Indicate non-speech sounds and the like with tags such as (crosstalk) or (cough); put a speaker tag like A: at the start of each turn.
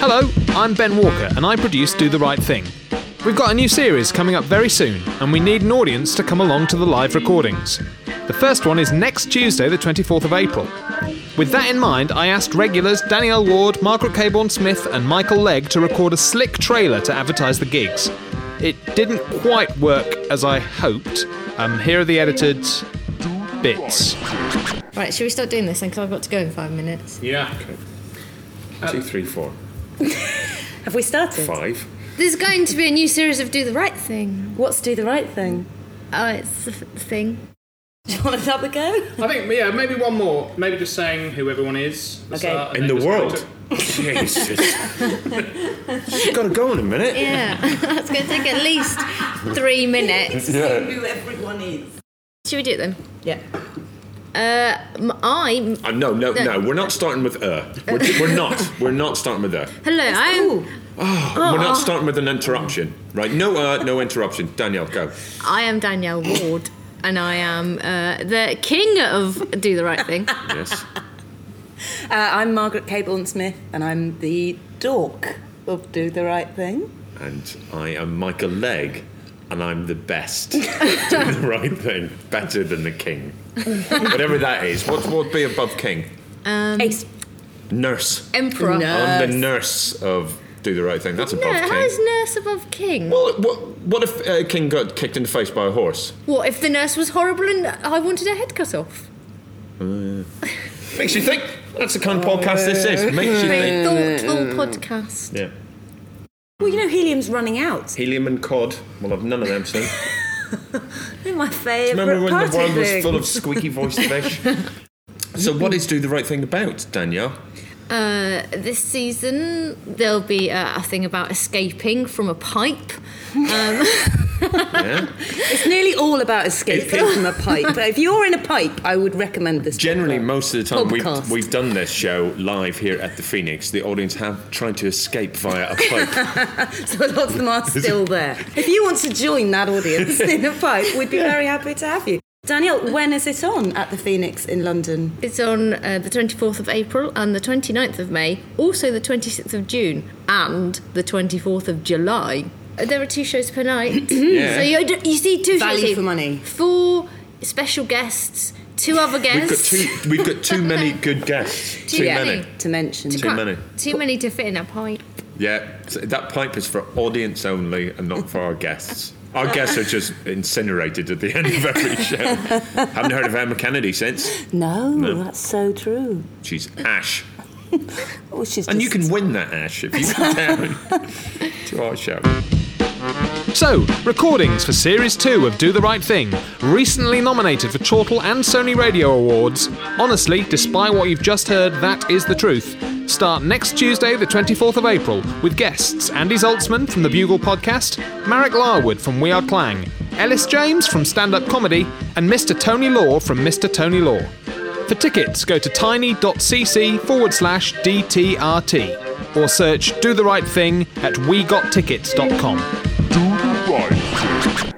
A: Hello, I'm Ben Walker and I produce Do the Right Thing. We've got a new series coming up very soon and we need an audience to come along to the live recordings. The first one is next Tuesday, the 24th of April. With that in mind, I asked regulars Danielle Ward, Margaret Caborn Smith, and Michael Legg to record a slick trailer to advertise the gigs. It didn't quite work as I hoped. Um, here are the edited bits.
B: Right, should we start doing this then? Because I've got to go in five minutes.
A: Yeah.
C: Two, three, four,
D: Have we started?
C: five.
B: There's going to be a new series of Do the Right Thing.
D: What's do the right thing?
B: Oh, it's the f- thing.
D: Do you want to have a go?
E: I think yeah, maybe one more. Maybe just saying who everyone is. at the
D: Okay.
E: start, and
C: In the
E: then just going
C: world. Jesus. She's got to go in a minute.
B: Yeah, it's going to take at least three minutes.
D: Who everyone is.
B: Should we do it then?
D: Yeah.
B: Uh, m- I
C: Uh, no, no, no. We're not starting with er. We're, we're not. We're not starting with er.
B: hello. I'm
C: We're not starting with an interruption, right? No er, no interruption. Danielle, go.
B: I am Danielle Ward, and I am uh, the king of Do the Right (laughs) Thing.
C: Yes.
D: Uh, I'm Margaret Caborn Smith, and I'm the dork of do the right thing.
C: And I am Michael Legg, and I'm the best. Doing the right thing. Better than the king. Whatever that is. What what would be above king?
D: Ace.
C: Nurse.
B: Emperor.
C: I'm the nurse of do the right thing. That's above
B: No,
C: king.
B: how is nurse above king? What?
C: Well, what, what if uh, King got kicked in the face by a horse?
B: if the nurse was horrible and I wanted her head cut off?
C: Makes you think. That's the kind of podcast this is. Makes you think.
B: Very thoughtful podcast.
C: Yeah.
D: Well, you know helium's running out.
C: Helium and cod. We'll have none of them soon.
D: (laughs) They're my favourite
C: Remember when the
D: party
C: world was
D: thing.
C: full of squeaky voiced
D: (laughs)
C: fish? so, what is Do the Right Thing about, Danielle?
B: Uh, this season there'll be uh, a thing about escaping from a pipe. Um,
C: Yeah?
D: It's nearly all about escaping from a pipe. But if you're in a pipe, I would recommend this.
C: Generally,
D: podcast.
C: most of the time
D: Podcast.
C: we've, we've done this show live here at the Phoenix, the audience have tried to escape via a
D: (laughs)
C: pipe.
D: so lots of them are still there. If you want to join that audience in a pipe, we'd be very happy to have you. Danielle, when is it on at the Phoenix in London?
B: it's on uh, the 24th of April and the 29th of May, also the 26th of June and the 24th of July. Uh, There are two shows per
C: (clears throat)
B: night. So you, d- you see two
D: Value
B: shows. here.
D: for money.
B: Four special guests, two other
C: we've, got
B: guests.
C: too, we've got too many good
D: (laughs)
C: guests.
B: Too
C: Too
B: many.
C: many.
D: To mention.
C: Too
B: Can't-
C: many.
B: Too many to fit in a pipe.
C: Yeah, so that pipe is for audience only and not for our guests. Our guests are just incinerated at the end of every show. Haven't heard of Emma Kennedy since.
D: No, that's so true.
C: She's Ash.
D: Oh, she's
C: And you
D: just-
C: can win that Ash if you come down to our show.
A: So, recordings for Series 2 of Do the Right Thing, recently nominated for Chortle and Sony Radio Awards. Honestly, despite what you've just heard, that is the truth. Start next Tuesday, the 24th of April, with guests Andy Zoltzman from the Bugle podcast, Marek Larwood from We Are Clang, Ellis James from Stand Up Comedy, and Mr. Tony Law from Mr. Tony Law. For tickets, go to tiny.cc forward slash DTRT or search Do the Right Thing at wegottickets.com.
F: Do the right thing.